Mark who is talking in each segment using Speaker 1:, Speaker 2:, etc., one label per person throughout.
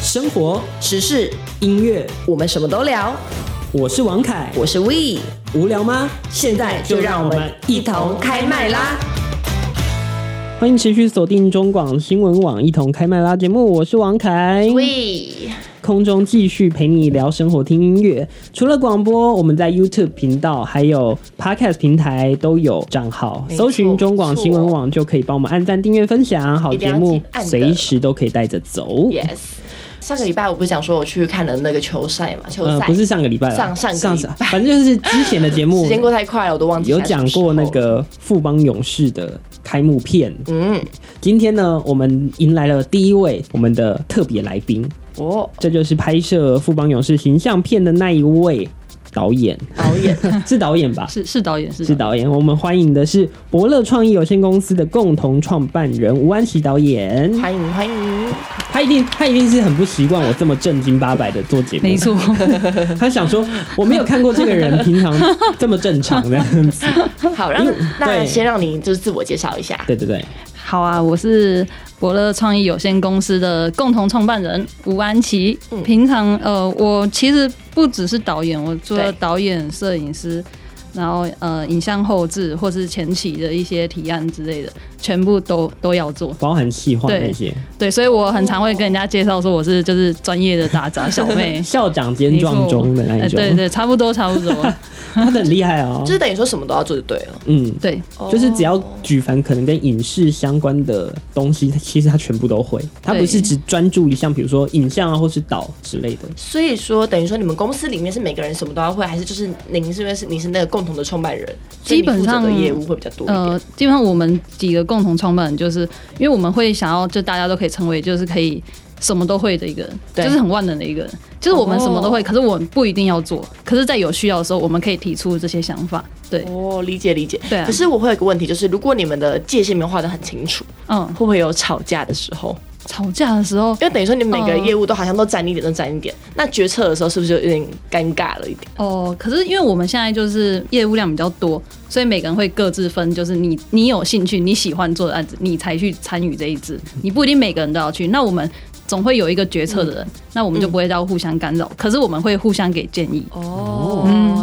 Speaker 1: 生活、
Speaker 2: 时事，
Speaker 1: 音乐，
Speaker 2: 我们什么都聊。
Speaker 1: 我是王凯。
Speaker 2: 我是 We，
Speaker 1: 无聊吗？
Speaker 2: 现在就让我们一同开麦啦！
Speaker 1: 欢迎持续锁定中广新闻网，一同开麦啦节目，我是王凯。
Speaker 2: We
Speaker 1: 空中继续陪你聊生活、听音乐。除了广播，我们在 YouTube 频道还有 Podcast 平台都有账号，
Speaker 2: 没错
Speaker 1: 搜寻中广新闻网就可以帮我们按赞、订阅、分享。好
Speaker 2: 一定
Speaker 1: 节
Speaker 2: 要
Speaker 1: 目
Speaker 2: 记按的
Speaker 1: 随时都可以带着走。
Speaker 2: Yes，上个礼拜我不是讲说我去看了那个球赛嘛？球
Speaker 1: 呃，
Speaker 2: 赛、
Speaker 1: 不是上个礼拜了，
Speaker 2: 上上个礼拜
Speaker 1: 反正就是之前的节目
Speaker 2: 时间过太快了，我都忘记
Speaker 1: 有
Speaker 2: 现在
Speaker 1: 讲
Speaker 2: 什么时候
Speaker 1: 过那个富邦勇士的开幕片。
Speaker 2: 嗯
Speaker 1: 今天呢，我们迎来了第一位我们的特别来宾，
Speaker 2: 哦
Speaker 1: 这就是拍摄富邦勇士形象片的那一位导 演，
Speaker 2: 导演
Speaker 1: 是导演吧？
Speaker 3: 是是导演是
Speaker 1: 是导演，我们欢迎的是伯乐创意有限公司的共同创办人吴安琪导演。
Speaker 2: 欢迎欢迎，
Speaker 1: 他一定，他一定是很不习惯我这么正经八百的做节目。
Speaker 3: 没错，
Speaker 1: 他想说，我没有看过这个人平常这么正常的样 子。
Speaker 2: 好， 然后那
Speaker 1: 对
Speaker 2: 先让你就是自我介绍一下。
Speaker 1: 对对对，
Speaker 3: 好啊，我是伯乐创意有限公司的共同创办人吴安琪。
Speaker 2: 嗯
Speaker 3: 平常呃，我其实不只是导演，我做
Speaker 2: 对
Speaker 3: 导演、摄影师，然后呃，影像后置或是前期的一些提案之类的，全部都都要做。
Speaker 1: 包含细化
Speaker 3: 对
Speaker 1: 那些，。
Speaker 3: 对，所以我很常会跟人家介绍说我是就是专业的打杂小妹
Speaker 1: 校长兼
Speaker 3: 没错
Speaker 1: 撞钟的那一
Speaker 3: 呃
Speaker 1: 种，
Speaker 3: 对对，差不多差不 多。
Speaker 1: 他很厉害哦
Speaker 2: 就。是等于说什么都要做就对了，
Speaker 1: 嗯，
Speaker 3: 对，
Speaker 1: 就是只要举凡可能跟影视相关的东西，其实他全部都会。他不是只专注于像比如说影像啊，或是导之类的。
Speaker 2: 所以说等于说你们公司里面是每个人什么都要会，还是就是您是因为是你是那个共同的创办人，所以你
Speaker 3: 基本上
Speaker 2: 负责的业务会比较多一点。
Speaker 3: 呃，基本上我们几个共同创办人，就是因为我们会想要，就大家都可以成为，就是可以什么都会的一个人，
Speaker 2: 对哦
Speaker 3: 就是很万能的一个人。就是我们什么都会，可是我们不一定要做，可是在有需要的时候，我们可以提出这些想法。对，
Speaker 2: 哦，理解理解。
Speaker 3: 对啊
Speaker 2: 可是我会有一个问题，就是如果你们的界限没有画得很清楚，
Speaker 3: 嗯
Speaker 2: 会，不会有吵架的时候？
Speaker 3: 吵架的时候，
Speaker 2: 因为等于说你每个
Speaker 3: 嗯
Speaker 2: 业务都好像都沾一点，都沾一点。那决策的时候是不是就有点尴尬了一点？
Speaker 3: 哦，可是因为我们现在就是业务量比较多，所以每个人会各自分，就是你你有兴趣、你喜欢做的案子，你才去参与这一支，你不一定每个人都要去。那我们总会有一个决策的人，
Speaker 2: 嗯
Speaker 3: 那我们就不会到互相干扰，可是我们会互相给建议。
Speaker 2: 哦，
Speaker 3: 嗯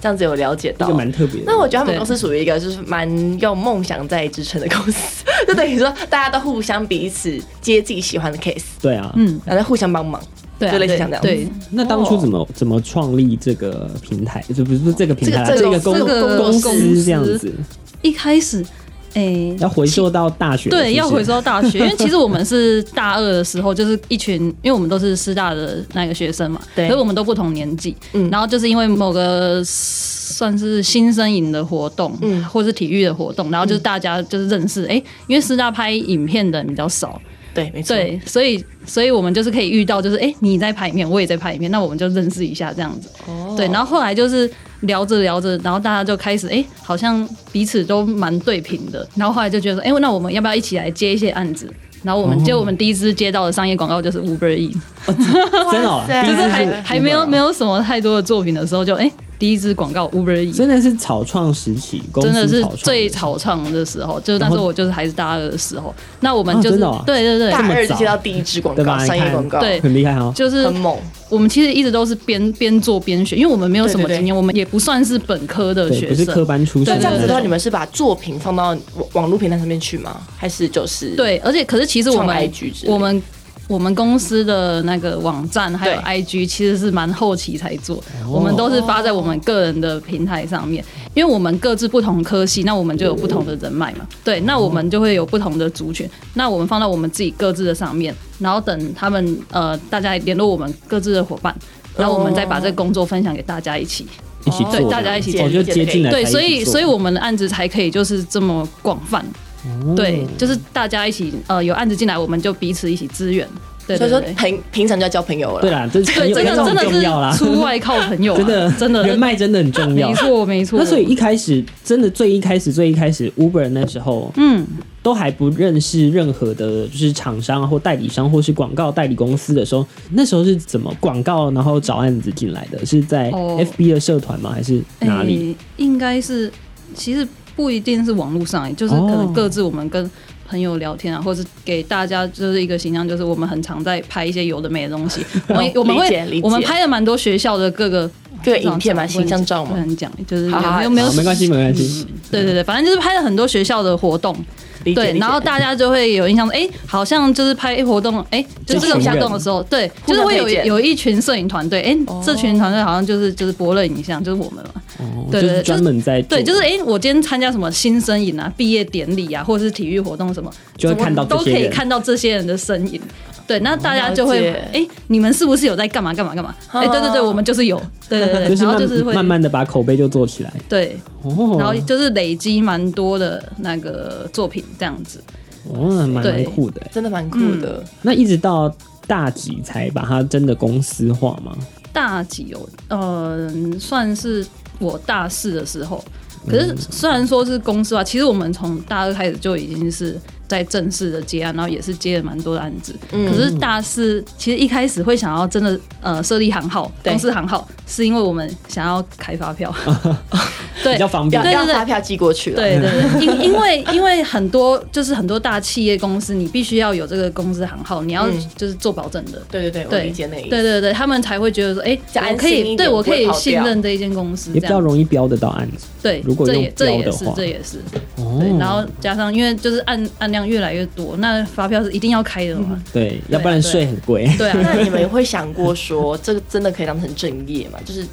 Speaker 2: 这样子有了解
Speaker 1: 这
Speaker 2: 到
Speaker 1: 个。蛮特别的。
Speaker 2: 那我觉得他们
Speaker 3: 对
Speaker 2: 公司属于一个就是蛮用梦想在支撑的公司， 就等于说大家都互相彼此接自己喜欢的 case，
Speaker 1: 对啊，
Speaker 3: 嗯，
Speaker 2: 然后再互相帮忙。
Speaker 3: 对、啊，
Speaker 2: 就类似
Speaker 3: 对
Speaker 2: 像这样
Speaker 3: 对，
Speaker 1: 那当初怎
Speaker 3: 哦
Speaker 1: 么怎么创立这个平台？这不是不是这个平台啊，
Speaker 2: 这
Speaker 1: 这
Speaker 2: 个
Speaker 1: 个
Speaker 2: 这
Speaker 1: 公
Speaker 2: 个
Speaker 3: 公
Speaker 1: 公司
Speaker 3: 司
Speaker 1: 这样子，
Speaker 3: 一开始，诶、
Speaker 1: 要回溯到大学，
Speaker 3: 对，
Speaker 1: 是不是
Speaker 3: 要回收到大 学，因为其实我们是大二的时候，就是一群，因为我们都是师大的那个学生嘛，
Speaker 2: 对
Speaker 3: 可是我们都不同年纪，
Speaker 2: 嗯
Speaker 3: 然后就是因为某个算是新生营的活动，
Speaker 2: 嗯
Speaker 3: 或是体育的活动，然后就是大家就是认识，哎、因为师大拍影片的人比较少，
Speaker 2: 对，没错。
Speaker 3: 对，所以所以我们就是可以遇到，就是哎、诶你在拍影片，我也在拍影片，那我们就认识一下这样子。
Speaker 2: 哦
Speaker 3: 对，然后后来就是聊着聊着，然后大家就开始哎、诶好像彼此都蛮对频的，然后后来就觉得说，哎、那我们要不要一起来接一些案子？然后我
Speaker 1: 哦
Speaker 3: 们接我们第一支接到的商业广告就是 Uber E，
Speaker 1: 真的哦
Speaker 2: 哇，塞
Speaker 1: 第
Speaker 3: 就
Speaker 1: 一
Speaker 3: 是
Speaker 1: 次
Speaker 2: 这
Speaker 3: 还还没有
Speaker 1: 哦
Speaker 3: 没有什么太多的作品的时候就，哎第一支广告 Uber E，
Speaker 1: 真的是草创时期，公司
Speaker 3: 真的是
Speaker 1: 草创
Speaker 3: 最草创的时候，就是那
Speaker 1: 然
Speaker 3: 时候
Speaker 1: 后
Speaker 3: 我就是还是大二的时候，那我们
Speaker 1: 啊
Speaker 3: 就
Speaker 1: 真
Speaker 3: 是、
Speaker 1: 的哦
Speaker 3: 对对对
Speaker 2: 大
Speaker 1: 这
Speaker 2: 二就
Speaker 1: 么早
Speaker 2: 接到第一支广
Speaker 1: 对
Speaker 2: 告，
Speaker 1: 吧？
Speaker 2: 商
Speaker 1: 你
Speaker 2: 业
Speaker 1: 看
Speaker 2: 广告，
Speaker 3: 对
Speaker 1: 很厉害哦。
Speaker 3: 就是
Speaker 2: 很猛。
Speaker 3: 我们其实一直都是边边做边学，因为我们没有什么
Speaker 2: 对对对
Speaker 3: 经验，我们也不算是本科的
Speaker 1: 对，
Speaker 3: 学
Speaker 1: 不是
Speaker 3: 生。
Speaker 1: 科班出身
Speaker 2: 那
Speaker 1: 的
Speaker 2: 这样子
Speaker 1: 那
Speaker 2: 的话，
Speaker 1: 种，
Speaker 2: 你们是把作品放到网网络平台上面去吗？还是就是？
Speaker 3: 对，而且可是其实我
Speaker 2: 创
Speaker 3: 们
Speaker 2: IG 之类的
Speaker 3: 我们我们公司的那个网站还有
Speaker 2: 对
Speaker 3: IG 其实是蛮后期才做，
Speaker 1: 哦
Speaker 3: 我们都是发在我们个人的平台上面，因为我们各自不同科系，那我们就有不同的人脉
Speaker 1: 哦
Speaker 3: 嘛。对，那我们就会有不同的族群，那我们放到我们自己各自的上面，然后等他们呃大家联络我们各自的伙伴。然后我们再把这个工作分享给大家一起，
Speaker 1: 一起做的，
Speaker 3: 哦对大家一起
Speaker 1: 我就接进来才
Speaker 3: 对，
Speaker 1: 一起
Speaker 3: 所以
Speaker 1: 做
Speaker 3: 所以我们的案子才可以就是这么广泛，
Speaker 1: 哦
Speaker 3: 对，就是大家一起呃有案子进来，我们就彼此一起支援，对
Speaker 2: 所
Speaker 3: 对
Speaker 2: 以说
Speaker 3: 对。
Speaker 2: 平平常就要交朋友
Speaker 1: 对
Speaker 2: 了。
Speaker 1: 啦，这朋友
Speaker 3: 对，真的
Speaker 1: 这种
Speaker 3: 真的
Speaker 1: 重要啦
Speaker 3: 是，出外靠朋友啊，
Speaker 1: 真的
Speaker 3: 真的
Speaker 1: 人脉真的很重要
Speaker 3: 没。错没错。
Speaker 1: 那所以一开始真的最一开始最一开始，Uber 那时候
Speaker 3: 嗯，
Speaker 1: 都还不认识任何的，就是厂商啊或代理商或是广告代理公司的时候，那时候是怎么广告然后找案子进来的？是在
Speaker 3: 哦
Speaker 1: FB 的社团吗？还是哪里？
Speaker 3: 诶应该是其实不一定是网络上，就是可
Speaker 1: 哦
Speaker 3: 能各自我们跟朋友聊天啊，或是给大家就是一个形象，就是我们很常在拍一些有的没 的东西。我们我们
Speaker 2: 理解理解
Speaker 3: 会我们拍了蛮多学校的各个
Speaker 2: 各个影片嘛，形象照
Speaker 3: 不
Speaker 2: 嘛，
Speaker 3: 能讲，就是
Speaker 2: 好好好
Speaker 3: 有没有嗯
Speaker 1: 好哦没关系，没关系。
Speaker 3: 对对对，反正就是拍了很多学校的活动，
Speaker 2: 理解。理
Speaker 3: 对，
Speaker 2: 解
Speaker 3: 然后大家就会有印象，哎，好像就是拍活动，哎，就这个
Speaker 1: 一群人
Speaker 3: 活动的时候，对，
Speaker 2: 互
Speaker 3: 就
Speaker 2: 相
Speaker 3: 是会有
Speaker 2: 推荐哦
Speaker 3: 有一群摄影团队，哎，这群团队好像就是就是博乐影像，就是我们嘛，
Speaker 1: 哦，
Speaker 3: 对
Speaker 1: 就
Speaker 3: 对
Speaker 1: 是
Speaker 3: 对
Speaker 1: 专门在做
Speaker 3: 对，就是哎，我今天参加什么新生营啊、毕业典礼啊，或者是体育活动什么，
Speaker 1: 就会
Speaker 3: 怎么
Speaker 1: 看到这
Speaker 3: 都可
Speaker 1: 些
Speaker 3: 以
Speaker 1: 人。
Speaker 3: 看到这些人的身影。对，那大家
Speaker 2: 了
Speaker 3: 就会
Speaker 2: 解嗯
Speaker 3: 哎、你们是不是有在干嘛干嘛干嘛？哎、对对对，我们就是有，对对对，
Speaker 1: 就是
Speaker 3: 然后
Speaker 1: 慢
Speaker 3: 就是会
Speaker 1: 慢慢的把口碑就做起来，
Speaker 3: 对，
Speaker 1: 哦，
Speaker 3: 然后就是累积蛮多的那个作品这样子。
Speaker 1: 哦，蛮蛮
Speaker 3: 对
Speaker 1: 酷的欸。
Speaker 2: 真的蛮酷的，
Speaker 1: 那一直到大几才把它真的公司化吗？
Speaker 3: 大几哦，呃，算是我大四的时候。
Speaker 1: 嗯
Speaker 3: 可是虽然说是公司吧，其实我们从大二开始就已经是在正式的接案，然后也是接了蛮多的案子。
Speaker 2: 嗯
Speaker 3: 可是大四其实一开始会想要真的呃设立行号，
Speaker 2: 对
Speaker 3: 公司行号，是因为我们想要开 发票，对，
Speaker 1: 比较方便
Speaker 2: 要
Speaker 3: 嗯对
Speaker 2: 要
Speaker 3: 对
Speaker 2: 发票寄过去了。
Speaker 3: 对对对，因因为因为很多就是很多大企业公司，你必须要有这个公司行号，你要
Speaker 2: 嗯
Speaker 3: 就是做保证的。
Speaker 2: 对对对，我
Speaker 3: 对
Speaker 2: 理解那个意
Speaker 3: 对
Speaker 2: 思。
Speaker 3: 对对，他们才会觉得说，哎、
Speaker 2: 就安
Speaker 3: 我可
Speaker 2: 心一
Speaker 3: 以，
Speaker 2: 点
Speaker 3: 对我
Speaker 2: 不
Speaker 3: 可
Speaker 2: 会
Speaker 3: 以
Speaker 2: 跑掉
Speaker 3: 信任这一间公司，
Speaker 1: 也
Speaker 3: 这
Speaker 1: 比较
Speaker 3: 样
Speaker 1: 容易标得到案子。
Speaker 3: 对，
Speaker 1: 如果
Speaker 3: 这
Speaker 1: 用
Speaker 3: 也这
Speaker 1: 标
Speaker 3: 也
Speaker 1: 的
Speaker 3: 是
Speaker 1: 话
Speaker 3: 这也是
Speaker 1: 哦，
Speaker 3: 对，然后加上因为就是案案量越来越多，那发票是一定要开的 嘛，
Speaker 1: 对，要不然
Speaker 3: 对啊
Speaker 1: 税很贵。
Speaker 3: 对啊，
Speaker 2: 那你们会想过说，这个真的可以当成正业吗？就是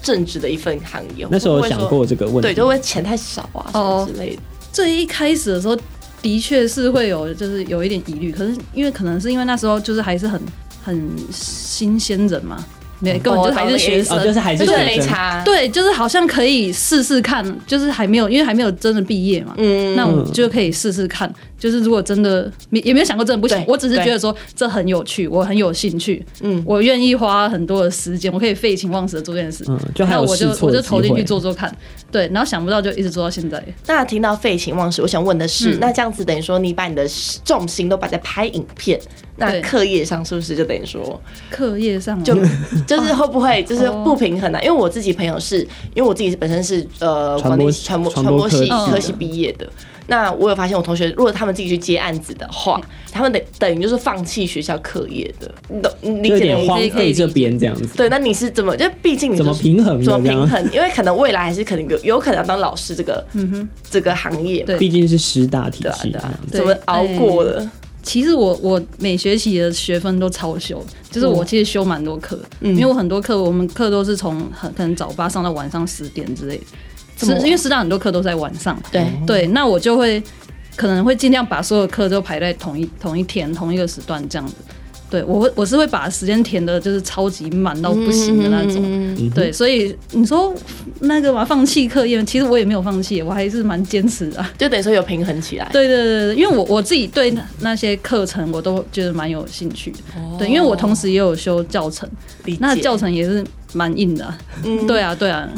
Speaker 2: 正职的一份行 业？
Speaker 1: 那时候有想
Speaker 2: 会不会说，
Speaker 1: 过这个问
Speaker 2: 对，
Speaker 1: 题
Speaker 2: 就，会钱太少啊，什么
Speaker 3: 哦
Speaker 2: 之类的。
Speaker 3: 最一开始的时候，的确是会有就是有一点疑虑，可是因为可能是因为那时候就是还是很很新鲜人嘛，没
Speaker 2: 嗯
Speaker 3: 根本就还是学生，
Speaker 1: 哦，就是还是
Speaker 2: 就是
Speaker 1: 学
Speaker 2: 没
Speaker 1: 生，
Speaker 2: 差。啊
Speaker 3: 对，就是好像可以试试看，就是还没有因为还没有真的毕业嘛。
Speaker 2: 嗯，
Speaker 3: 那我就可以试试看，就是如果真的没也没有想过真的不行
Speaker 2: 对，
Speaker 3: 我只是觉得说这很有趣，我很有兴趣，
Speaker 2: 嗯
Speaker 3: 我愿意花很多的时间，我可以废寝忘食的做这件事，
Speaker 1: 嗯，就还
Speaker 3: 那
Speaker 1: 有
Speaker 3: 我就
Speaker 1: 试错
Speaker 3: 我
Speaker 1: 的
Speaker 3: 就
Speaker 1: 机
Speaker 3: 投进
Speaker 1: 会
Speaker 3: 去做做看，对，然后想不到就一直做到现在，
Speaker 2: 那听到废寝忘食，我想问的是，
Speaker 3: 嗯
Speaker 2: 那这样子等于说你把你的重心都摆在拍影片，那
Speaker 3: 对
Speaker 2: 课业上是不是就等于说，
Speaker 3: 课业上啊
Speaker 2: 就 就是会不 会就是
Speaker 3: 哦
Speaker 2: 不平衡呢、啊？因为我自己朋友是，因为我自己本身是呃
Speaker 1: 传播
Speaker 2: 广电传播
Speaker 1: 传
Speaker 2: 传
Speaker 1: 播
Speaker 2: 播系
Speaker 1: 科
Speaker 3: 技
Speaker 2: 科系毕业的。那我有发现，我同学如果他们自己去接案子的话，
Speaker 3: 嗯
Speaker 2: 他们等等于就是放弃学校课业的，你懂你理
Speaker 1: 就有
Speaker 2: 解
Speaker 1: 点
Speaker 2: 我
Speaker 1: 荒
Speaker 2: 意思？
Speaker 1: 废这边这样子，
Speaker 2: 对，那你是怎么？就毕竟你
Speaker 1: 怎么
Speaker 2: 就是
Speaker 1: 平衡的
Speaker 2: 怎么
Speaker 1: 这样
Speaker 2: 平衡？因为可能未来还是可能有有可能要当老师这个
Speaker 3: 嗯
Speaker 2: 这个行业嘛，
Speaker 3: 对
Speaker 1: 毕竟是师大体
Speaker 2: 对啊
Speaker 1: 系
Speaker 2: 对
Speaker 1: 这
Speaker 2: 啊
Speaker 1: 样，子。
Speaker 3: 对
Speaker 2: 怎么熬过的？
Speaker 3: 其实我我每学期的学分都超修，就是
Speaker 1: 哦
Speaker 3: 我其实修蛮多课，
Speaker 1: 嗯
Speaker 3: 因为我很多课我们课都是从很可能早八上到晚上十点之类的，
Speaker 2: 这
Speaker 3: 是
Speaker 2: 么晚
Speaker 3: 因为师大很多课都是在晚上，
Speaker 2: 对，
Speaker 3: 对，
Speaker 1: 哦
Speaker 3: 那我就会可能会尽量把所有课都排在同一同一天同一个时段这样子。对我会我是会把时间填的，就是超级满到不行的那种。
Speaker 1: 嗯
Speaker 3: 对，所以你说那个嘛，放弃课业，其实我也没有放弃，我还是蛮坚持的啊、
Speaker 2: 就等于说有平衡起来。
Speaker 3: 对对对对，因为我我自己对那那些课程我都觉得蛮有兴趣的，对，因为我同时也有修教程，
Speaker 2: 哦理解嗯
Speaker 3: 那教程也是蛮硬的啊、对啊对啊，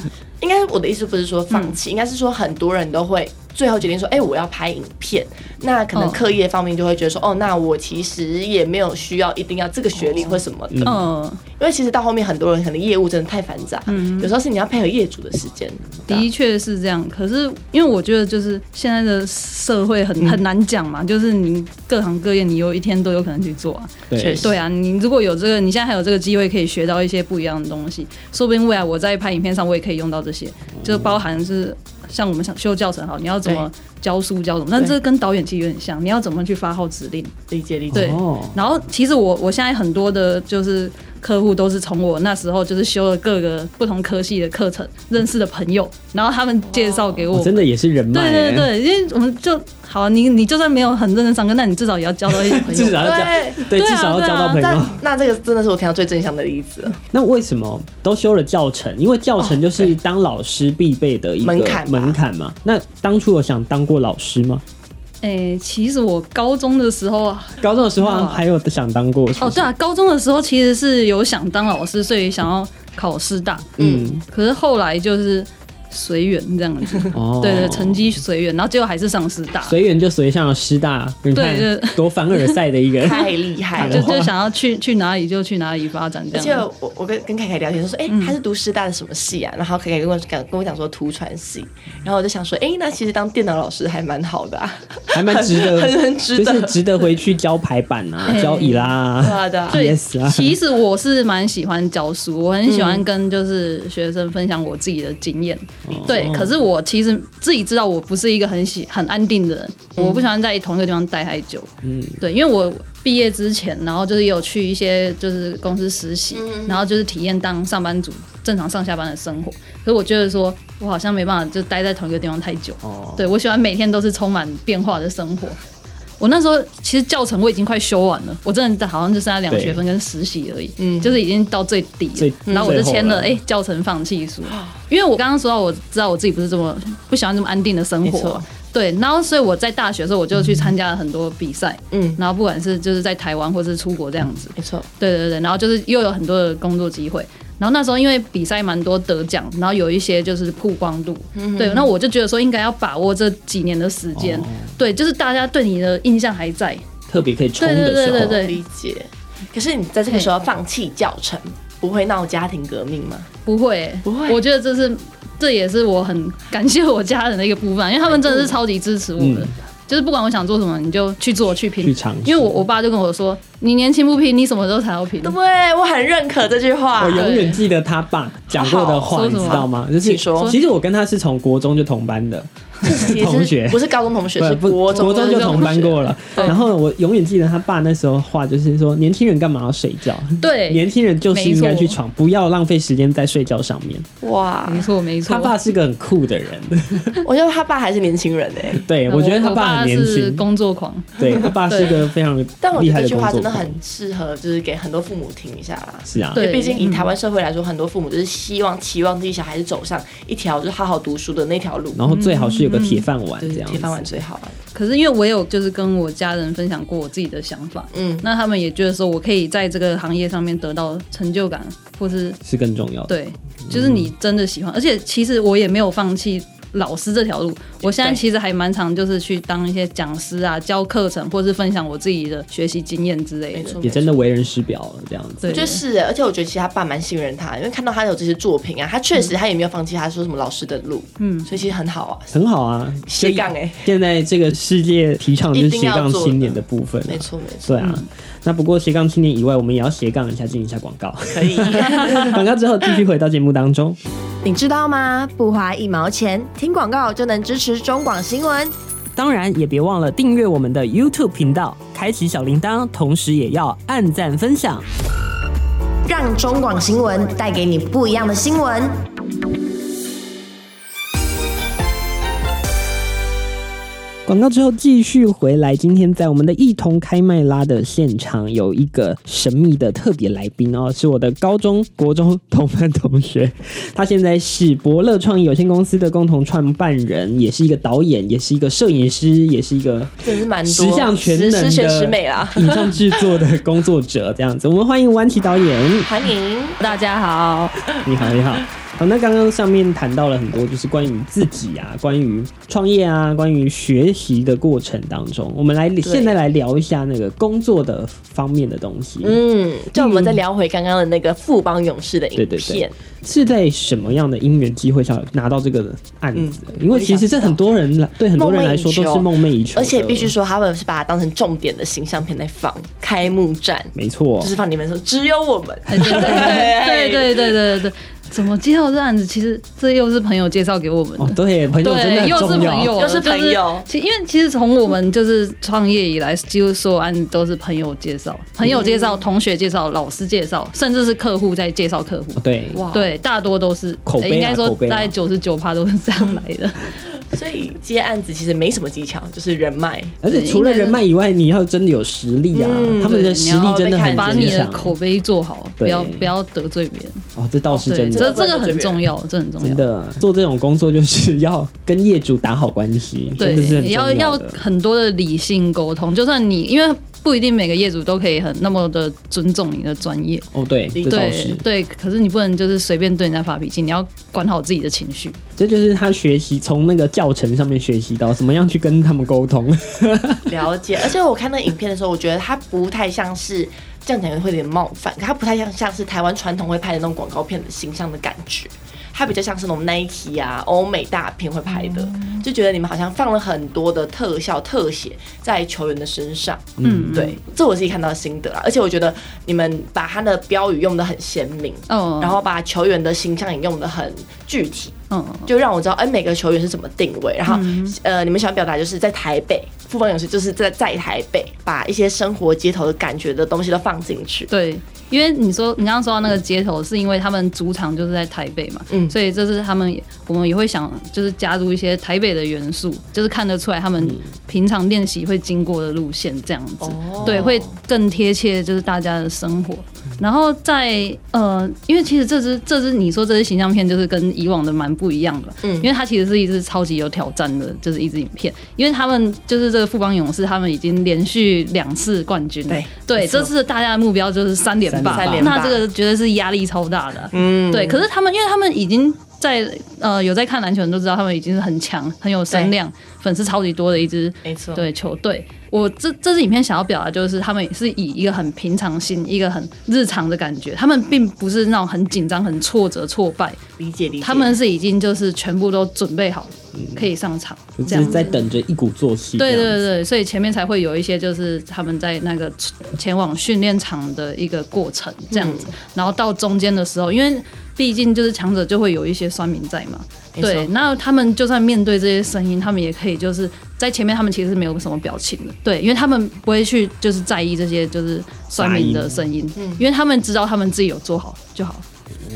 Speaker 2: 应该我的意思不是说放弃，应该是说很多人都会最后决定说，哎、我要拍影片。那可能
Speaker 3: 哦
Speaker 2: 课业方面就会觉得说，哦，那我其实也没有需要一定要这个学历或什么的，
Speaker 3: 嗯、
Speaker 2: 因为其实到后面很多人可能业务真的太繁杂，有时候是你要配合业主的时间。
Speaker 3: 的确是这样。可是因为我觉得就是现在的社会很很难讲嘛，就是你各行各业你有一天都有可能去做啊，
Speaker 1: 对
Speaker 2: 确实
Speaker 3: 对啊，你如果有这个，你现在还有这个机会可以学到一些不一样的东西，说不定未来我在拍影片上我也可以用到这些，
Speaker 1: 嗯
Speaker 3: 就包含是像我们想修教程好，你要怎么教书教什么，但
Speaker 2: 对
Speaker 3: 这跟导演其实有点像，你要怎么去发号指令。
Speaker 2: 理解理解
Speaker 3: 对。
Speaker 1: 哦，
Speaker 3: 然后其实我我现在很多的就是客户都是从我那时候就是修了各个不同科系的课程认识的朋友，然后他们介绍给我。
Speaker 1: 我哦真的也是人脉
Speaker 3: 对
Speaker 1: 欸，
Speaker 3: 对对，因为我们就 好啊，你你就算没有很认真上课，那你至少也要交到一些 朋友
Speaker 1: 至。少要
Speaker 2: 对
Speaker 1: 交，对，
Speaker 3: 对啊
Speaker 1: 至少要交到朋
Speaker 2: 那
Speaker 1: 友。
Speaker 2: 那这个真的是我听到最正向的例子了，
Speaker 1: 那为什么都修了教程？因为教程就是当老师必备的一个
Speaker 2: 门槛吧
Speaker 1: 门槛嘛。那当初有想当过老师吗？
Speaker 3: 诶、哎其实我高中的时候，
Speaker 1: 高中的时候好像
Speaker 3: 哇
Speaker 1: 还有想当过是不
Speaker 3: 哦，
Speaker 1: 是
Speaker 3: 对啊，高中的时候其实是有想当老师，所以想要考师大，
Speaker 1: 嗯，
Speaker 3: 可是后来就是随缘这样子。
Speaker 1: 哦，
Speaker 3: 对对，成绩随缘，然后结果还是上师大，
Speaker 1: 随缘就随上了师大，你看
Speaker 3: 对
Speaker 1: 多凡尔赛的一 个人。
Speaker 2: 太厉害
Speaker 3: 就
Speaker 2: 了。
Speaker 3: 就想要去去哪里就去哪里发展这
Speaker 2: 而且
Speaker 3: 样。
Speaker 2: 我我跟跟凯凯聊天，他说：“哎、他是读师大的什么系啊？”然后凯凯跟我讲跟我讲说图传系，然后我就想说：“哎、那其实当电脑老师还蛮好的啊，
Speaker 1: 还蛮值 得，
Speaker 2: 很很值
Speaker 1: 就
Speaker 2: 得
Speaker 1: 是值得回去教排版啊，
Speaker 3: 哎
Speaker 1: 教椅啦、
Speaker 2: 对啊对 啊。
Speaker 1: 对 Yes 啊
Speaker 3: 其实我是蛮喜欢教书，我很喜欢跟就是学生分享我自己的经验。
Speaker 1: 哦
Speaker 3: 对，可是我其实自己知道我不是一个很喜很安定的人，我不喜欢在同一个地方待太久。嗯，对，因为我毕业之前，然后就是也有去一些就是公司实习，然后就是体验当上班族正常上下班的生活。可是我觉得说，我好像没办法就待在同一个地方太久。
Speaker 1: 哦，
Speaker 3: 对我喜欢每天都是充满变化的生活。我那时候其实教程我已经快修完了，我真的好像就剩下两
Speaker 1: 对
Speaker 3: 学分跟实习而已，嗯，就是已经到最底
Speaker 1: 最
Speaker 3: 了。然后我就签了哎、
Speaker 1: 最后了
Speaker 3: 诶教程放弃书，因为我刚刚说到我知道我自己不是这么不喜欢这么安定的生
Speaker 2: 没
Speaker 3: 活
Speaker 2: 错，
Speaker 3: 对，然后所以我在大学的时候我就去参加了很多比赛，
Speaker 2: 嗯
Speaker 3: 嗯，然后不管是就是在台湾或是出国这样子，
Speaker 2: 没错，
Speaker 3: 对对对，然后就是又有很多的工作机会。然后那时候因为比赛蛮多得奖，然后有一些就是曝光度，对，那我就觉得说应该要把握这几年的时间，
Speaker 1: 嗯哦
Speaker 3: 对，就是大家对你的印象还在，
Speaker 1: 特别可以冲
Speaker 3: 对对
Speaker 1: 的时
Speaker 3: 对
Speaker 1: 候，
Speaker 3: 对对，
Speaker 2: 理解。可是你在这个时候放弃教程，不会闹家庭革命吗？
Speaker 3: 不会欸、
Speaker 2: 不会
Speaker 3: 我觉得这是这也是我很感谢我家人的一个部分，因为他们真的是超级支持我的。
Speaker 1: 嗯
Speaker 3: 就是不管我想做什么，你就去做去拼，
Speaker 1: 去尝试
Speaker 3: 因为我我爸就跟我说：“你年轻不拼，你什么时候才要拼？”
Speaker 2: 对，我很认可这句话
Speaker 1: 我。永远记得他爸讲过的话，
Speaker 3: 说
Speaker 1: 你
Speaker 3: 什么
Speaker 1: 知道吗？就是
Speaker 2: 请说
Speaker 1: 其实我跟他是从国中就同班的，
Speaker 2: 是
Speaker 1: 是同学
Speaker 2: 不是高中同学，是
Speaker 1: 不
Speaker 2: 国中
Speaker 1: 国中就同班过了。
Speaker 3: 对
Speaker 1: 然后我永远记得他爸那时候话就是说，年轻人干嘛要睡觉？
Speaker 3: 对
Speaker 1: 年轻人就是应该
Speaker 3: 没错
Speaker 1: 去闯，不要浪费时间在睡觉上面。
Speaker 2: 哇！
Speaker 3: 没错没错。
Speaker 1: 他爸是个很酷的人，
Speaker 2: 我觉得他爸还是年轻人哎、
Speaker 1: 对我觉得他
Speaker 3: 嗯我
Speaker 1: 爸很年
Speaker 3: 是
Speaker 1: 轻，
Speaker 3: 工作狂，
Speaker 1: 对他爸是个非常
Speaker 2: 但我
Speaker 1: 厉
Speaker 2: 觉
Speaker 1: 害
Speaker 2: 得
Speaker 1: 的
Speaker 2: 这句
Speaker 1: 工
Speaker 2: 话
Speaker 1: 作
Speaker 2: 真的
Speaker 1: 狂
Speaker 2: 很适合，就是给很多父母听一下啦。
Speaker 1: 是啊，
Speaker 3: 对
Speaker 2: 毕竟以
Speaker 3: 嗯
Speaker 2: 台湾社会来说，很多父母就是希望期望自己小孩子走上一条就是好好读书的那条路，
Speaker 1: 然后最好是有个铁饭碗
Speaker 2: 就
Speaker 1: 这
Speaker 2: 是
Speaker 1: 样子
Speaker 2: 嗯铁饭碗最好啊。
Speaker 3: 可是因为我有就是跟我家人分享过我自己的想法，
Speaker 2: 嗯
Speaker 3: 嗯，那他们也觉得说我可以在这个行业上面得到成就感，或是
Speaker 1: 是更重要的。
Speaker 3: 对，就是你真的喜欢，而且其实我也没有放弃老师这条路，我现在
Speaker 2: 对
Speaker 3: 其实还蛮常就是去当一些讲师啊，教课程，或是分享我自己的学习经验之类
Speaker 2: 没
Speaker 3: 的。
Speaker 2: 错，
Speaker 1: 也真的为人师表了这样子。
Speaker 3: 对，
Speaker 2: 我觉得是耶，而且我觉得其实他爸蛮信任他，因为看到他有这些作品啊，他确实他也没有放弃他说什么老师的路，嗯，所以其实很好啊。
Speaker 1: 很好啊，
Speaker 2: 斜杠欸
Speaker 1: 现在这个世界提倡的就是
Speaker 2: 一定
Speaker 1: 斜
Speaker 2: 要
Speaker 1: 杠
Speaker 2: 做的
Speaker 1: 青年的部分、
Speaker 2: 没。错没错，
Speaker 1: 对啊，那不过斜杠青年以外，我们也要斜杠一下，进一下广告。
Speaker 2: 可以。
Speaker 1: 广告之后继续回到节目当中。
Speaker 4: 你知道吗？不花一毛钱，听广告就能支持中广新闻。
Speaker 1: 当然也别忘了订阅我们的 YouTube 频道，开启小铃铛，同时也要按赞分享。
Speaker 4: 让中广新闻带给你不一样的新闻。
Speaker 1: 广告之后继续回来，今天在我们的一同开麦拉的现场有一个神秘的特别来宾哦，是我的高中、国中同班同学，他现在是伯乐创意有限公司的共同创办人，也是一个导演，也是一个摄影师，也是一个
Speaker 2: 真的是蛮多
Speaker 1: 十项全能
Speaker 2: 十
Speaker 1: 的
Speaker 2: 十全十美啊啦
Speaker 1: 影像制作的工作者这样子。我们欢迎弯琪导演，
Speaker 2: 欢迎，
Speaker 3: 大家好，
Speaker 1: 你好，你好。好，那刚刚上面谈到了很多，就是关于自己啊，关于创业啊，关于学习的过程当中，我们来现在来聊一下那个工作的方面的东西，
Speaker 2: 嗯，就我们再聊回刚刚的那个富邦勇士的影
Speaker 1: 嗯对对对
Speaker 2: 片，
Speaker 1: 是在什么样的因缘机会下拿到这个案子？因为其实这很多人来对很多人来说都是梦寐以求的，
Speaker 2: 而且必须说他们是把它当成重点的形象片在放，开幕战
Speaker 1: 没错
Speaker 2: 就，是放你们说只有我们，
Speaker 3: 对对对对对对对对，怎么介绍这案子？其实这又是朋友介绍给我们的
Speaker 1: 哦，。对，朋友真的
Speaker 3: 对，
Speaker 1: 很
Speaker 3: 又是
Speaker 1: 重
Speaker 3: 朋
Speaker 1: 要，
Speaker 3: 友，
Speaker 2: 又是朋友
Speaker 3: 就是其因为其实从我们就是创业以来，几乎所有案子都是朋友介绍，朋友介
Speaker 2: 嗯
Speaker 3: 绍、同学介绍、老师介绍，甚至是客户在介绍客户。
Speaker 1: 哦对，
Speaker 2: 哇
Speaker 3: 对，大多都是，
Speaker 1: 口碑啊
Speaker 3: 应该说
Speaker 1: 口碑啊
Speaker 3: 大概九十九趴都是这样来的。
Speaker 2: 所以接案子其实没什么技巧，就是人脉。
Speaker 1: 而且除了人脉以外，你要真的有实力啊，他们的
Speaker 3: 对
Speaker 1: 实
Speaker 3: 你
Speaker 1: 力
Speaker 3: 要
Speaker 1: 真的很
Speaker 2: 被看
Speaker 3: 把
Speaker 2: 见
Speaker 3: 你
Speaker 1: 坚
Speaker 3: 的
Speaker 1: 强
Speaker 3: 口碑做好，不
Speaker 1: 对
Speaker 3: 要不要得罪别人。
Speaker 1: 哦，这倒是
Speaker 3: 对，
Speaker 1: 真的，
Speaker 3: 这
Speaker 2: 不
Speaker 3: 这
Speaker 2: 能得罪
Speaker 3: 个很
Speaker 2: 别人
Speaker 3: 重要，这很重
Speaker 1: 真
Speaker 3: 要。
Speaker 1: 的做这种工作就是要跟业主打好关系，
Speaker 3: 对
Speaker 1: 真的是，很重
Speaker 3: 你要
Speaker 1: 要
Speaker 3: 要
Speaker 1: 的
Speaker 3: 很多的理性沟通。就算你因为不一定每个业主都可以很那么的尊重你的专业。
Speaker 1: 哦，对，这倒
Speaker 3: 对
Speaker 1: 是，
Speaker 3: 对，可是你不能就是随便对人家发脾气，你要管好自己的情绪。
Speaker 1: 这就是他学习从那个教程上面学习到怎么样去跟他们沟通。
Speaker 2: 了解，而且我看那影片的时候，我觉得它不太像是这样讲，会有点冒犯，可它不太像像是台湾传统会拍的那种广告片的形象的感觉，它比较像是那种 Nike 啊、欧美大片会拍的，就觉得你们好像放了很多的特效特写在球员的身上，
Speaker 3: 嗯，
Speaker 2: 对，这我自己看到的心得啊啦。而且我觉得你们把它的标语用的很鲜明，
Speaker 3: 哦，
Speaker 2: 然后把球员的形象也用的很具体，
Speaker 3: 嗯，
Speaker 2: 就让我知道，哎、每个球员是怎么定位。然后，呃，你们想表达就是在台北，富邦勇士就是在在台北，把一些生活街头的感觉的东西都放进去。
Speaker 3: 对，因为你说你刚刚说到那个街头，是因为他们主场就是在台北嘛，
Speaker 2: 嗯
Speaker 3: 所以这是他们也我们也会想就是加入一些台北的元素，就是看得出来他们平常练习会经过的路线这样子，
Speaker 2: 哦
Speaker 3: 对，会更贴切就是大家的生活。然后在呃，因为其实这支这支你说这支形象片就是跟以往的蛮不一样的，
Speaker 2: 嗯
Speaker 3: 因为它其实是一支超级有挑战的，就是一支影片，因为他们就是这个富邦勇士，他们已经连续两次冠军了，
Speaker 2: 对
Speaker 3: 对，
Speaker 2: 没错
Speaker 3: 这次大家的目标就是三连霸，
Speaker 1: 三
Speaker 2: 连霸
Speaker 3: 那这个绝对是压力超大的啊、
Speaker 2: 嗯
Speaker 3: 对，可是他们，因为他们已经在呃有在看篮球的人都知道，他们已经是很强、很有声量、粉丝超级多的一支
Speaker 2: 没错
Speaker 3: 对球队。我这这支影片想要表达就是，他们也是以一个很平常心、一个很日常的感觉，他们并不是那种很紧张、很挫折、挫败，
Speaker 2: 理解理解。
Speaker 3: 他们是已经就是全部都准备好可以上场，
Speaker 1: 就
Speaker 3: 这
Speaker 1: 是
Speaker 3: 样子
Speaker 1: 在等着一鼓作气。
Speaker 3: 对
Speaker 1: 这样
Speaker 3: 对
Speaker 1: 子，
Speaker 3: 对，所以前面才会有一些就是他们在那个前往训练场的一个过程这样
Speaker 2: 嗯
Speaker 3: 子，然后到中间的时候，因为毕竟就是强者就会有一些酸民在嘛，
Speaker 2: 没错
Speaker 3: 对，那他们就算面对这些声音，他们也可以就是在前面他们其实是没有什么表情的，对，因为他们不会去就是在意这些就是酸民的声音，
Speaker 2: 嗯
Speaker 3: 嗯因为他们知道他们自己有做好就好。
Speaker 2: 嗯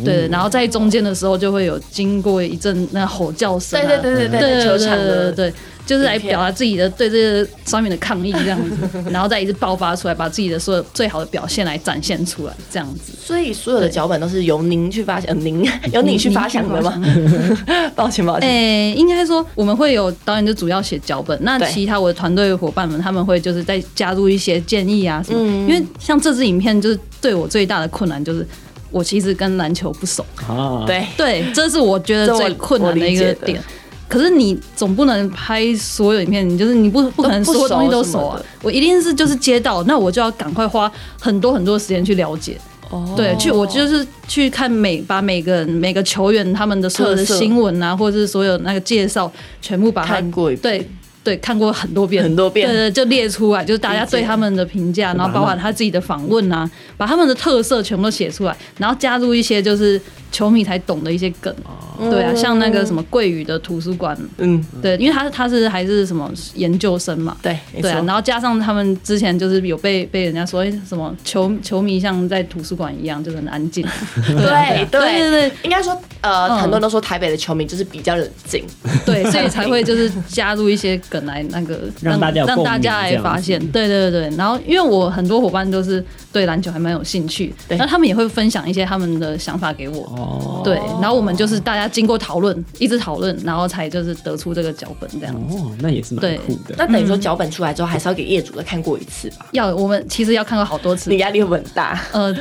Speaker 3: 对，然后在中间的时候就会有经过一阵那吼叫声、
Speaker 2: 对
Speaker 3: 啊，
Speaker 2: 对对对对，在球场
Speaker 3: 对对
Speaker 2: 的
Speaker 3: 对，就是来表达自己的对这个上面的抗议这样子，然后再一次爆发出来，把自己的所有最好的表现来展现出来，这样子。
Speaker 2: 所以所有的脚本都是由您去发想，呃您 由你去发想的吗？ 抱歉抱歉。
Speaker 3: 诶、应该说我们会有导演就主要写脚本，那
Speaker 2: 对
Speaker 3: 其他我的团队伙伴们他们会就是再加入一些建议啊什么，因为像这支影片就是对我最大的困难就是我其实跟篮球不熟，
Speaker 1: 啊，
Speaker 2: 对，
Speaker 3: 对，这是我觉得
Speaker 2: 这我
Speaker 3: 最困难的一
Speaker 2: 我
Speaker 3: 个
Speaker 2: 理解的
Speaker 3: 点。可是你总不能拍所有影片，你就是你不不可能
Speaker 2: 都不
Speaker 3: 所有东西都
Speaker 2: 熟什
Speaker 3: 熟
Speaker 2: 么
Speaker 3: 啊
Speaker 2: 的。
Speaker 3: 我一定是就是接到，那我就要赶快花很多很多时间去了解。
Speaker 2: 哦
Speaker 3: 对，去我就是去看每把每个人每个球员他们的所有的
Speaker 2: 特色
Speaker 3: 新闻啊，或者是所有那个介绍，全部把它
Speaker 2: 看过一遍
Speaker 3: 对。对，看过很多遍，
Speaker 2: 很多遍
Speaker 3: 对对，就列出来，就是大家
Speaker 2: 理解
Speaker 3: 对他们的评价，然后包含他自己的访问啊，把他们的特色全部都写出来，然后加入一些就是球迷才懂的一些梗，
Speaker 2: 哦
Speaker 3: 对啊，像那个什么桂宇的图书馆，
Speaker 2: 嗯，
Speaker 3: 对，因为他他是还是什么研究生嘛，
Speaker 2: 对，没
Speaker 3: 对啊，
Speaker 2: 错
Speaker 3: 然后加上他们之前就是有被被人家说哎什么球球迷像在图书馆一样，就是很安 静。
Speaker 2: 对
Speaker 3: 对对对
Speaker 2: 应该说，呃，
Speaker 3: 嗯
Speaker 2: 很多人都说台北的球迷就是比较冷静，
Speaker 3: 对，所以才会就是加入一些梗来那个
Speaker 1: 让大家有
Speaker 3: 让
Speaker 1: 共鸣
Speaker 3: 大家来发现。对对对对，然后因为我很多伙伴都是对篮球还蛮有兴趣，
Speaker 2: 对
Speaker 3: 那他们也会分享一些他们的想法给我。
Speaker 1: 哦，
Speaker 3: 对，然后我们就是大家经过讨论，一直讨论，然后才就是得出这个脚本这样。
Speaker 1: 哦，那也是蛮
Speaker 3: 对
Speaker 1: 酷的。
Speaker 2: 那等
Speaker 3: 嗯
Speaker 2: 于说脚本出来之后，还是要给业主的看过一次吧？
Speaker 3: 要我们其实要看过好多次
Speaker 2: 你，压力会不会很大。
Speaker 3: 呃，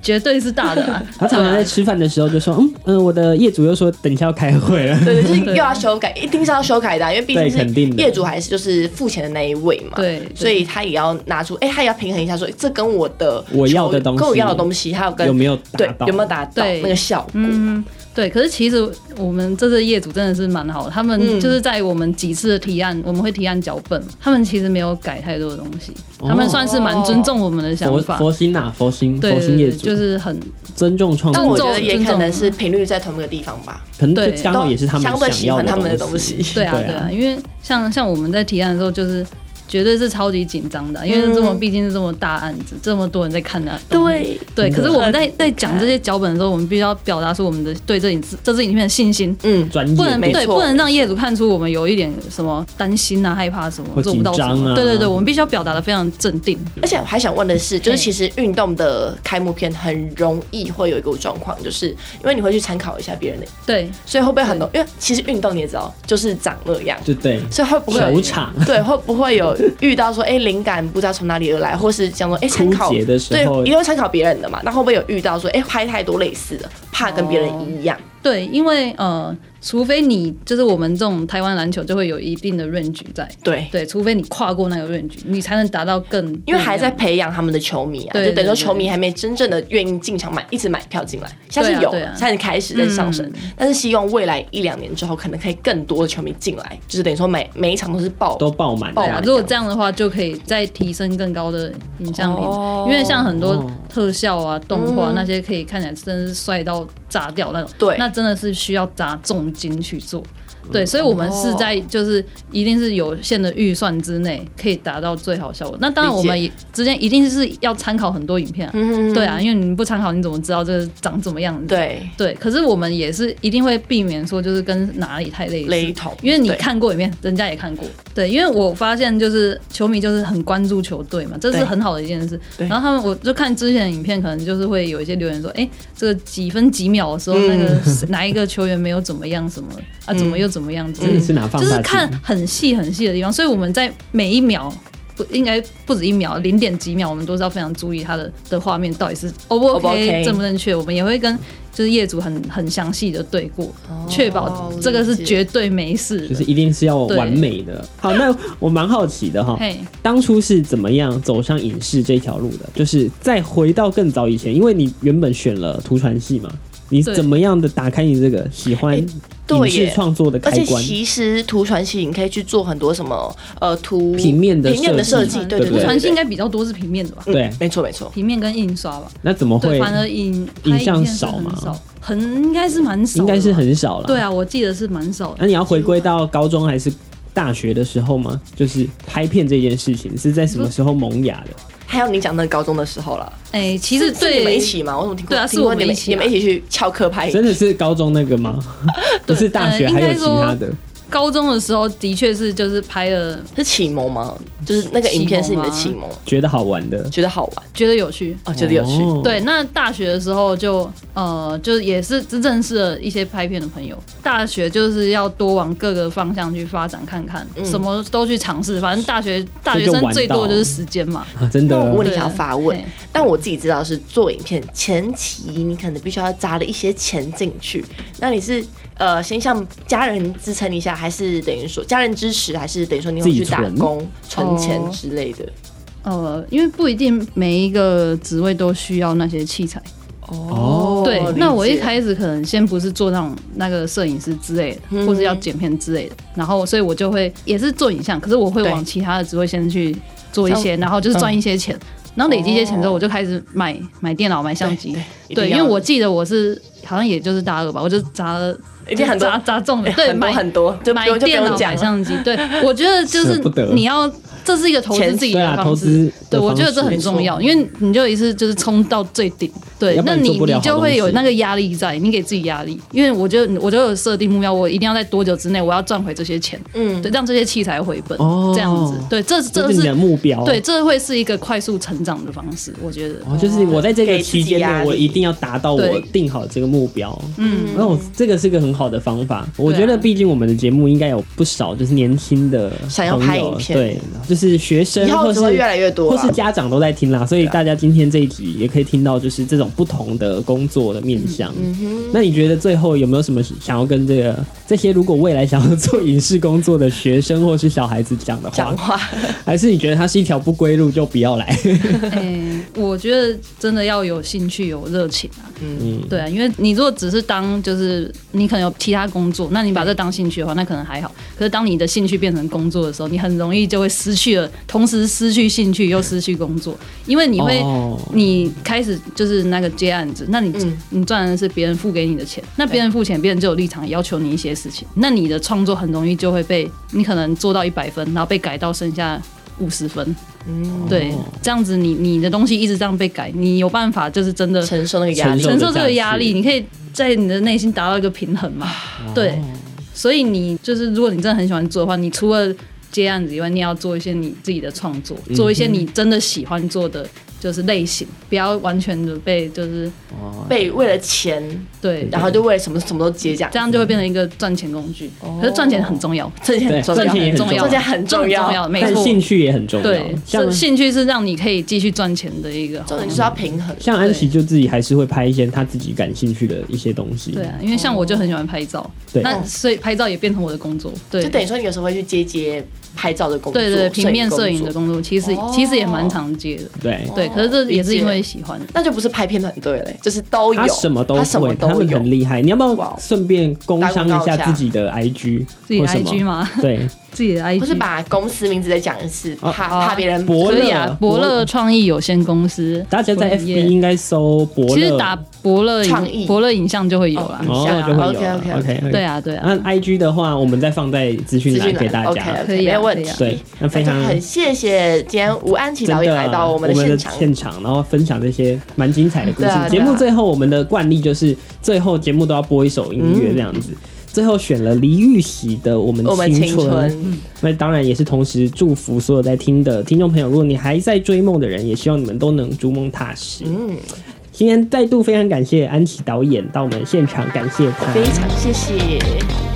Speaker 3: 绝对是大的啊。
Speaker 1: 他常常在吃饭的时候就说，嗯嗯、呃我的业主又说等一下要开会了。
Speaker 2: 对对，就是又要修改，一定是要修改的啊、因为毕
Speaker 1: 对
Speaker 2: 竟
Speaker 1: 肯定
Speaker 2: 是
Speaker 1: 的
Speaker 2: 业主还是就是付钱的那一位嘛，
Speaker 3: 对对
Speaker 2: 所以他也要拿出，哎、他也要平衡一下说这跟我的
Speaker 1: 我要
Speaker 2: 求
Speaker 1: 的东西
Speaker 2: 跟我要的东西，还有 跟
Speaker 1: 有没有达
Speaker 2: 对
Speaker 1: 到
Speaker 2: 有没有达到
Speaker 3: 对
Speaker 2: 那个效果，
Speaker 3: 嗯，对。可是其实我们这次业主真的是蛮好的，他们
Speaker 2: 嗯
Speaker 3: 就是在我们几次的提案，我们会提案脚本，他们其实没有改太多的东西，他们算是蛮尊重我们的
Speaker 1: 佛
Speaker 3: 想法。
Speaker 1: 哦佛心呐，佛心，
Speaker 3: 对
Speaker 1: 佛
Speaker 3: 对
Speaker 1: 心业
Speaker 3: 对，
Speaker 1: 主，
Speaker 3: 就是很
Speaker 1: 尊重创
Speaker 2: 但
Speaker 1: 作
Speaker 2: 我
Speaker 1: 者
Speaker 2: 觉，得也可
Speaker 3: 尊重
Speaker 2: 能是频率在同一个地方吧，
Speaker 1: 可能
Speaker 3: 对
Speaker 1: 就刚好也是他们
Speaker 2: 相对
Speaker 1: 想
Speaker 2: 喜
Speaker 1: 要
Speaker 2: 欢他们的
Speaker 1: 东
Speaker 2: 东西。
Speaker 3: 对啊
Speaker 1: 对啊
Speaker 3: 对啊，因为像像我们在提案的时候，就是绝对是超级紧张的，因为这么毕竟是这么大案子，这么多人在看的东西。
Speaker 2: 嗯对，
Speaker 3: 对，可是我们在
Speaker 2: 很
Speaker 3: 在讲这些脚本的时候，我们必须要表达出我们的对这影这支影片的信心，
Speaker 2: 嗯，
Speaker 1: 专业
Speaker 3: 不能
Speaker 2: 没
Speaker 3: 对，
Speaker 2: 错
Speaker 3: 不能让业主看出我们有一点什么担心啊、害怕什么
Speaker 1: 或，
Speaker 3: 做不到什
Speaker 1: 紧张
Speaker 3: 么。
Speaker 1: 啊
Speaker 3: 对对对，我们必须要表达的非常镇定。
Speaker 2: 而且我还想问的是，就是
Speaker 3: 嘿
Speaker 2: 其实运动的开幕片很容易会有一个状况，就是因为你会去参考一下别人的，
Speaker 3: 对
Speaker 2: 所以会不会很多？因为其实运动你也知道，就是长那样，
Speaker 1: 就对
Speaker 2: 所以会不会有
Speaker 1: 球场
Speaker 2: 对，会不会有遇到说，哎、灵感不知道从哪里而来，或是想说，哎、参考
Speaker 1: 枯竭的时
Speaker 2: 对
Speaker 1: 候，
Speaker 2: 也有参考别人的嘛。那会不会有遇到说，哎、拍太多类似的，怕跟别人一样？
Speaker 3: 对，因为呃，除非你就是我们这种台湾篮球就会有一定的 range 在，
Speaker 2: 对，
Speaker 3: 对，除非你跨过那个 range，你才能达到更
Speaker 2: 因为还在
Speaker 3: 不
Speaker 2: 培养他们的球迷啊，
Speaker 3: 对
Speaker 2: 就等于说
Speaker 3: 对对
Speaker 2: 球迷还没真正的愿意进场买，一直买票进来，现在是
Speaker 3: 对啊
Speaker 2: 有
Speaker 3: 对啊嗯
Speaker 2: 现在开始在上升，但是希望未来一两年之后，可能可以更多的球迷进来，就是等于说每每一场都是爆
Speaker 1: 都爆满这
Speaker 3: 一
Speaker 2: 爆
Speaker 3: 样
Speaker 1: 样
Speaker 3: 对啊，
Speaker 2: 满
Speaker 3: 如果这样的话，就可以再提升更高的影响力，
Speaker 2: 哦
Speaker 3: 因为像很多
Speaker 1: 哦
Speaker 3: 特效啊、动
Speaker 2: 嗯
Speaker 3: 画、那些可以看起来真的是帅到炸掉那种，
Speaker 2: 对
Speaker 3: 那真的是需要砸重金去做。对，所以我们是
Speaker 2: 哦
Speaker 3: 在就是一定是有限的预算之内可以达到最好效果。那当然，我们也之间一定是要参考很多影片、啊，
Speaker 2: 嗯
Speaker 3: 对啊，因为你不参考你怎么知道这个长怎么样子？
Speaker 2: 对
Speaker 3: 对，可是我们也是一定会避免说就是跟哪里太类似，
Speaker 2: 雷同，
Speaker 3: 因为你
Speaker 2: 对
Speaker 3: 看过一遍，人家也看过。对，因为我发现就是球迷就是很关注球队嘛，这是
Speaker 2: 对
Speaker 3: 很好的一件事。
Speaker 2: 对
Speaker 3: 然后他们我就看之前的影片，可能就是会有一些留言说，哎、这个几分几秒的时候，
Speaker 2: 嗯
Speaker 3: 那个谁哪一个球员没有怎么样什么啊，怎么又怎么样之类
Speaker 1: 这
Speaker 3: 的
Speaker 1: 里是哪放
Speaker 3: 就是
Speaker 1: 大
Speaker 3: 看
Speaker 1: 镜？
Speaker 3: 很细很细的地方，所以我们在每一秒。不应该不止一秒，零点几秒，我们都是要非常注意它的的画面到底是 O 不
Speaker 2: O 不 OK
Speaker 3: 正不正确。我们也会跟就是业主很很详细
Speaker 2: 哦
Speaker 3: 的对过，确、保这个是
Speaker 2: 理解
Speaker 3: 绝对没事的。
Speaker 1: 就是一定是要完美的。好，那我蛮好奇的哈，
Speaker 3: 嘿，
Speaker 1: 当初是怎么样走上影视这条路的？就是再回到更早以前，因为你原本选了图传系嘛，你
Speaker 3: 对
Speaker 1: 怎么样的打开你这个喜欢
Speaker 2: 哎对
Speaker 1: 影视
Speaker 2: 耶
Speaker 1: 创作的
Speaker 2: 而
Speaker 1: 开
Speaker 2: 且
Speaker 1: 关？
Speaker 2: 其实图传系你可以去做很多什么呃图
Speaker 1: 平面的
Speaker 2: 平面的
Speaker 1: 设
Speaker 2: 设
Speaker 1: 计
Speaker 2: 计，
Speaker 1: 对
Speaker 2: 对
Speaker 1: 不
Speaker 2: 对
Speaker 1: 对
Speaker 2: 对，
Speaker 3: 传系应
Speaker 2: 该嗯
Speaker 3: 该比较多是平面的吧？
Speaker 1: 对
Speaker 2: 没错没错，
Speaker 3: 平面跟印刷吧。
Speaker 1: 那怎么会
Speaker 3: 对，？反而影
Speaker 1: 影
Speaker 3: 拍
Speaker 1: 像
Speaker 3: 片是
Speaker 1: 少
Speaker 3: 很
Speaker 1: 吗
Speaker 3: 少，很应该是蛮少的
Speaker 1: 应
Speaker 3: 吧，
Speaker 1: 该是很少了。
Speaker 3: 对啊，我记得是蛮少的
Speaker 1: 那、。你要回归到高中还是大学的时候吗？就是拍片这件事情是在什
Speaker 3: 嗯
Speaker 1: 么时候萌芽的？
Speaker 2: 还有你讲那个高中的时候了，
Speaker 3: 哎、其实
Speaker 2: 是
Speaker 3: 对
Speaker 2: 你们一起吗？我怎么听过？
Speaker 3: 对啊
Speaker 2: 听过
Speaker 3: 是我们
Speaker 2: 你们
Speaker 3: 一起啊
Speaker 2: 你们一起去翘课拍，
Speaker 1: 真的是高中那个 吗？ 不是大学，
Speaker 3: 呃
Speaker 1: 还有
Speaker 3: 应该
Speaker 1: 其
Speaker 3: 说
Speaker 1: 他的。
Speaker 3: 高中的时候的确是就是拍了，
Speaker 2: 是启蒙吗？就是那个影片是你的启
Speaker 3: 启啊
Speaker 2: 蒙，
Speaker 1: 觉得好玩 的，
Speaker 2: 觉得好玩
Speaker 3: 觉得有趣。
Speaker 2: 哦，觉得有趣。
Speaker 1: 哦
Speaker 3: 对，那大学的时候就呃，就也是认识了一些拍片的朋友。大学就是要多往各个方向去发展看看，什么都去尝试。反正大学大学生最多的就是时间嘛。
Speaker 1: 啊，真
Speaker 2: 那我
Speaker 1: 的
Speaker 2: 问你想要发问
Speaker 3: 对，
Speaker 2: 但我自己知道是做影片前期，你可能必须要砸了一些钱进去。那你是呃先向家人支撑一下，还是等于说家人支持，还是等于说你有
Speaker 1: 自己
Speaker 2: 去打
Speaker 1: 存
Speaker 2: 工存钱
Speaker 3: 哦
Speaker 2: 之类的？
Speaker 3: 呃，因为不一定每一个职位都需要那些器材。
Speaker 1: 哦
Speaker 3: 对，
Speaker 2: 理
Speaker 3: 那我一
Speaker 2: 解
Speaker 3: 开始可能先不是做那种那个摄影师之类的，
Speaker 2: 嗯
Speaker 3: 或是要剪片之类的，然后所以我就会也是做影像，可是我会
Speaker 2: 对
Speaker 3: 往其他的职位先去做一些，然后就是赚一些钱，
Speaker 2: 嗯
Speaker 3: 然后累积一些钱之后，我就开始买、买电脑、买相机。
Speaker 2: 哦一定
Speaker 3: 对，因
Speaker 2: 要
Speaker 3: 为我记得我是好像也就是大二吧，我就砸了，
Speaker 2: 一定很多
Speaker 3: 砸砸中了，对，
Speaker 2: 很多
Speaker 3: 买
Speaker 2: 很多，就不
Speaker 3: 买
Speaker 2: 用就不
Speaker 3: 电
Speaker 2: 用
Speaker 3: 脑、
Speaker 2: 讲
Speaker 3: 买
Speaker 2: 了。
Speaker 3: 相机。对， 我觉得就
Speaker 1: 舍不得
Speaker 3: 是你要，这是一个投资
Speaker 2: 钱
Speaker 3: 自己
Speaker 1: 对啊
Speaker 3: 的
Speaker 1: 投
Speaker 3: 方
Speaker 1: 资的
Speaker 3: 式。对，我觉得
Speaker 1: 方式
Speaker 3: 这很重要，因为你就一次就是冲到最顶，对
Speaker 1: 要，不
Speaker 3: 那
Speaker 1: 然做
Speaker 3: 你
Speaker 1: 不了
Speaker 3: 你
Speaker 1: 好
Speaker 3: 就
Speaker 1: 东
Speaker 3: 会
Speaker 1: 西
Speaker 3: 有那个压力在，你给自己压力。因为我觉得我就有设定目标，我一定要在多久之内我要赚回这些钱，
Speaker 2: 嗯
Speaker 3: 对，让这些器材回本
Speaker 1: 哦，
Speaker 3: 这样子。对，这
Speaker 1: 这
Speaker 3: 这
Speaker 1: 是你的
Speaker 3: 是
Speaker 1: 目标，啊
Speaker 3: 对，，这会是一个快速成长的方式，我觉得。
Speaker 1: 哦，就是我在这个
Speaker 2: 给自己
Speaker 1: 期间
Speaker 2: 压
Speaker 1: 内，
Speaker 2: 力
Speaker 1: 我一定要达到我
Speaker 3: 对
Speaker 1: 定好这个目标。
Speaker 3: 嗯，
Speaker 1: 那我这个是个很好的方
Speaker 2: 嗯
Speaker 1: 法，我觉得
Speaker 2: 啊
Speaker 1: 毕竟我们的节目应该有不少就是年轻的
Speaker 2: 想要
Speaker 1: 朋
Speaker 2: 拍
Speaker 1: 友
Speaker 2: 影片
Speaker 1: 对，就是学生
Speaker 2: 以后
Speaker 1: 或
Speaker 2: 只会
Speaker 1: 是
Speaker 2: 越来越多啊
Speaker 1: 或
Speaker 2: 啦
Speaker 1: 是家长都在听啦，所以大家今天这一集也可以听到就是这种不同的工作的面向。
Speaker 2: 嗯
Speaker 1: 那你觉得最后有没有什么想要跟这个这些如果未来想要做影视工作的学生或是小孩子讲的话
Speaker 2: 讲？ 话，
Speaker 1: 还是你觉得它是一条不归路就不要来？
Speaker 3: 哎， 我觉得真的要有兴趣、有热情啊。
Speaker 1: 嗯，
Speaker 3: 对啊，因为你如果只是当就是你可能有其他工作，那你把这当兴趣的话，那可能还好。可是当你的兴趣变成工作的时候，你很容易就会失去了，同时失去兴趣又失去工作，因为你会、
Speaker 1: 哦
Speaker 3: 你开始就是那个接案子，那你、
Speaker 2: 嗯
Speaker 3: 你赚的是别人付给你的钱，那别人付钱，别人就有立场要求你一些事情，那你的创作很容易就会被你可能做到一百分，然后被改到剩下五十分，
Speaker 2: 嗯，
Speaker 3: 对，这样子你你的东西一直这样被改，你有办法就是真的
Speaker 2: 承受那个压
Speaker 1: 承
Speaker 2: 力
Speaker 1: 受。
Speaker 3: 承受这个压
Speaker 1: 价
Speaker 3: 力，
Speaker 1: 值
Speaker 3: 你可以在你的内心达到一个平衡嘛。对，所以你就是如果你真的很喜欢做的话，你除了接案子以外，你也要做一些你自己的创作，做一些你真的喜欢做的就是类型，不要完全的被就是
Speaker 1: 哦，
Speaker 2: 被为了钱，
Speaker 3: 对，
Speaker 2: 然后就为了什么什么都接这样
Speaker 3: 这，样就会变成一个赚钱工具。可是赚钱很重要，
Speaker 2: 这件很
Speaker 1: 对
Speaker 2: 重要，
Speaker 1: 赚钱也很重
Speaker 3: 重
Speaker 1: 要
Speaker 3: 要，
Speaker 2: 这件很重要
Speaker 3: 重要，哦没
Speaker 1: 但
Speaker 3: 错。
Speaker 1: 兴趣也很重要。
Speaker 3: 对，
Speaker 1: 像
Speaker 3: 是兴趣是让你可以继续赚钱的一个。
Speaker 2: 重点就是要平衡。
Speaker 1: 像安琪就自己还是会拍一些她自己感兴趣的一些东西。
Speaker 3: 对啊，因为像我就很喜欢拍照，
Speaker 1: 对
Speaker 3: 那所以拍照也变成我的工作。对，
Speaker 2: 哦就等于说你有时候会去接接拍照的工作，
Speaker 3: 对对，平面摄影
Speaker 2: 作
Speaker 3: 的工作，其实
Speaker 2: 哦
Speaker 3: 其实也蛮常接的。
Speaker 1: 对，
Speaker 3: 对，可是这也是因为喜欢。
Speaker 2: 那就不是拍片团队嘞，就是都有，
Speaker 1: 她什么都
Speaker 2: 他什么
Speaker 1: 会，
Speaker 2: 都
Speaker 1: 他们
Speaker 2: 有
Speaker 1: 很。厉害。你要不
Speaker 2: 哇
Speaker 1: 要顺便工商一下
Speaker 2: 打广告一下
Speaker 1: 自己的 IG
Speaker 3: 自己的
Speaker 1: 或什
Speaker 3: IG
Speaker 1: 么？
Speaker 3: 吗？
Speaker 1: 对，
Speaker 3: 自己的 IG
Speaker 2: 不是把公司名字再讲一次，
Speaker 1: 哦
Speaker 2: 怕
Speaker 3: 哦
Speaker 2: 怕别人
Speaker 1: 伯
Speaker 3: 可以
Speaker 1: 乐
Speaker 3: 啊，伯乐，创意有限公司，
Speaker 1: 大家在
Speaker 3: 本业
Speaker 1: FB 应该搜伯乐，
Speaker 3: 其实打伯乐
Speaker 2: 创意
Speaker 3: 影伯乐影像就会有啦。
Speaker 1: 哦
Speaker 2: 下
Speaker 1: 就会有
Speaker 2: OK，OK，OK
Speaker 1: OK OK
Speaker 3: 对。啊，对啊，
Speaker 1: 那 IG 的话，我们再放在资讯
Speaker 2: 资
Speaker 1: 栏
Speaker 2: 讯栏
Speaker 1: 给大
Speaker 2: OK，
Speaker 1: 家。
Speaker 3: 可
Speaker 2: OK，
Speaker 3: 以啊
Speaker 2: 没有问
Speaker 3: 可以啊
Speaker 2: 题。
Speaker 1: 对，那非
Speaker 2: 那就
Speaker 1: 常
Speaker 2: 很谢谢今天吴安琪
Speaker 1: 真
Speaker 2: 导演
Speaker 1: 的啊
Speaker 2: 来到我们
Speaker 1: 的
Speaker 2: 的现场，
Speaker 1: 现场，然后分享这些蛮精彩的故
Speaker 2: 对啊
Speaker 1: 事。
Speaker 2: 对啊
Speaker 1: 节目最后我们的惯例就是最后节目都要播一首音乐这样子。最后选了黎玉玺的《我们
Speaker 2: 嗯我们
Speaker 1: 青
Speaker 2: 青
Speaker 1: 春》
Speaker 2: 春，
Speaker 1: 那当然也是同时祝福所有在听的听众朋友，如果你还在追梦的人，也希望你们都能逐梦踏实。
Speaker 2: 嗯，
Speaker 1: 今天再度非常感谢安琪导演到我们现场，感谢他。
Speaker 2: 非常谢谢。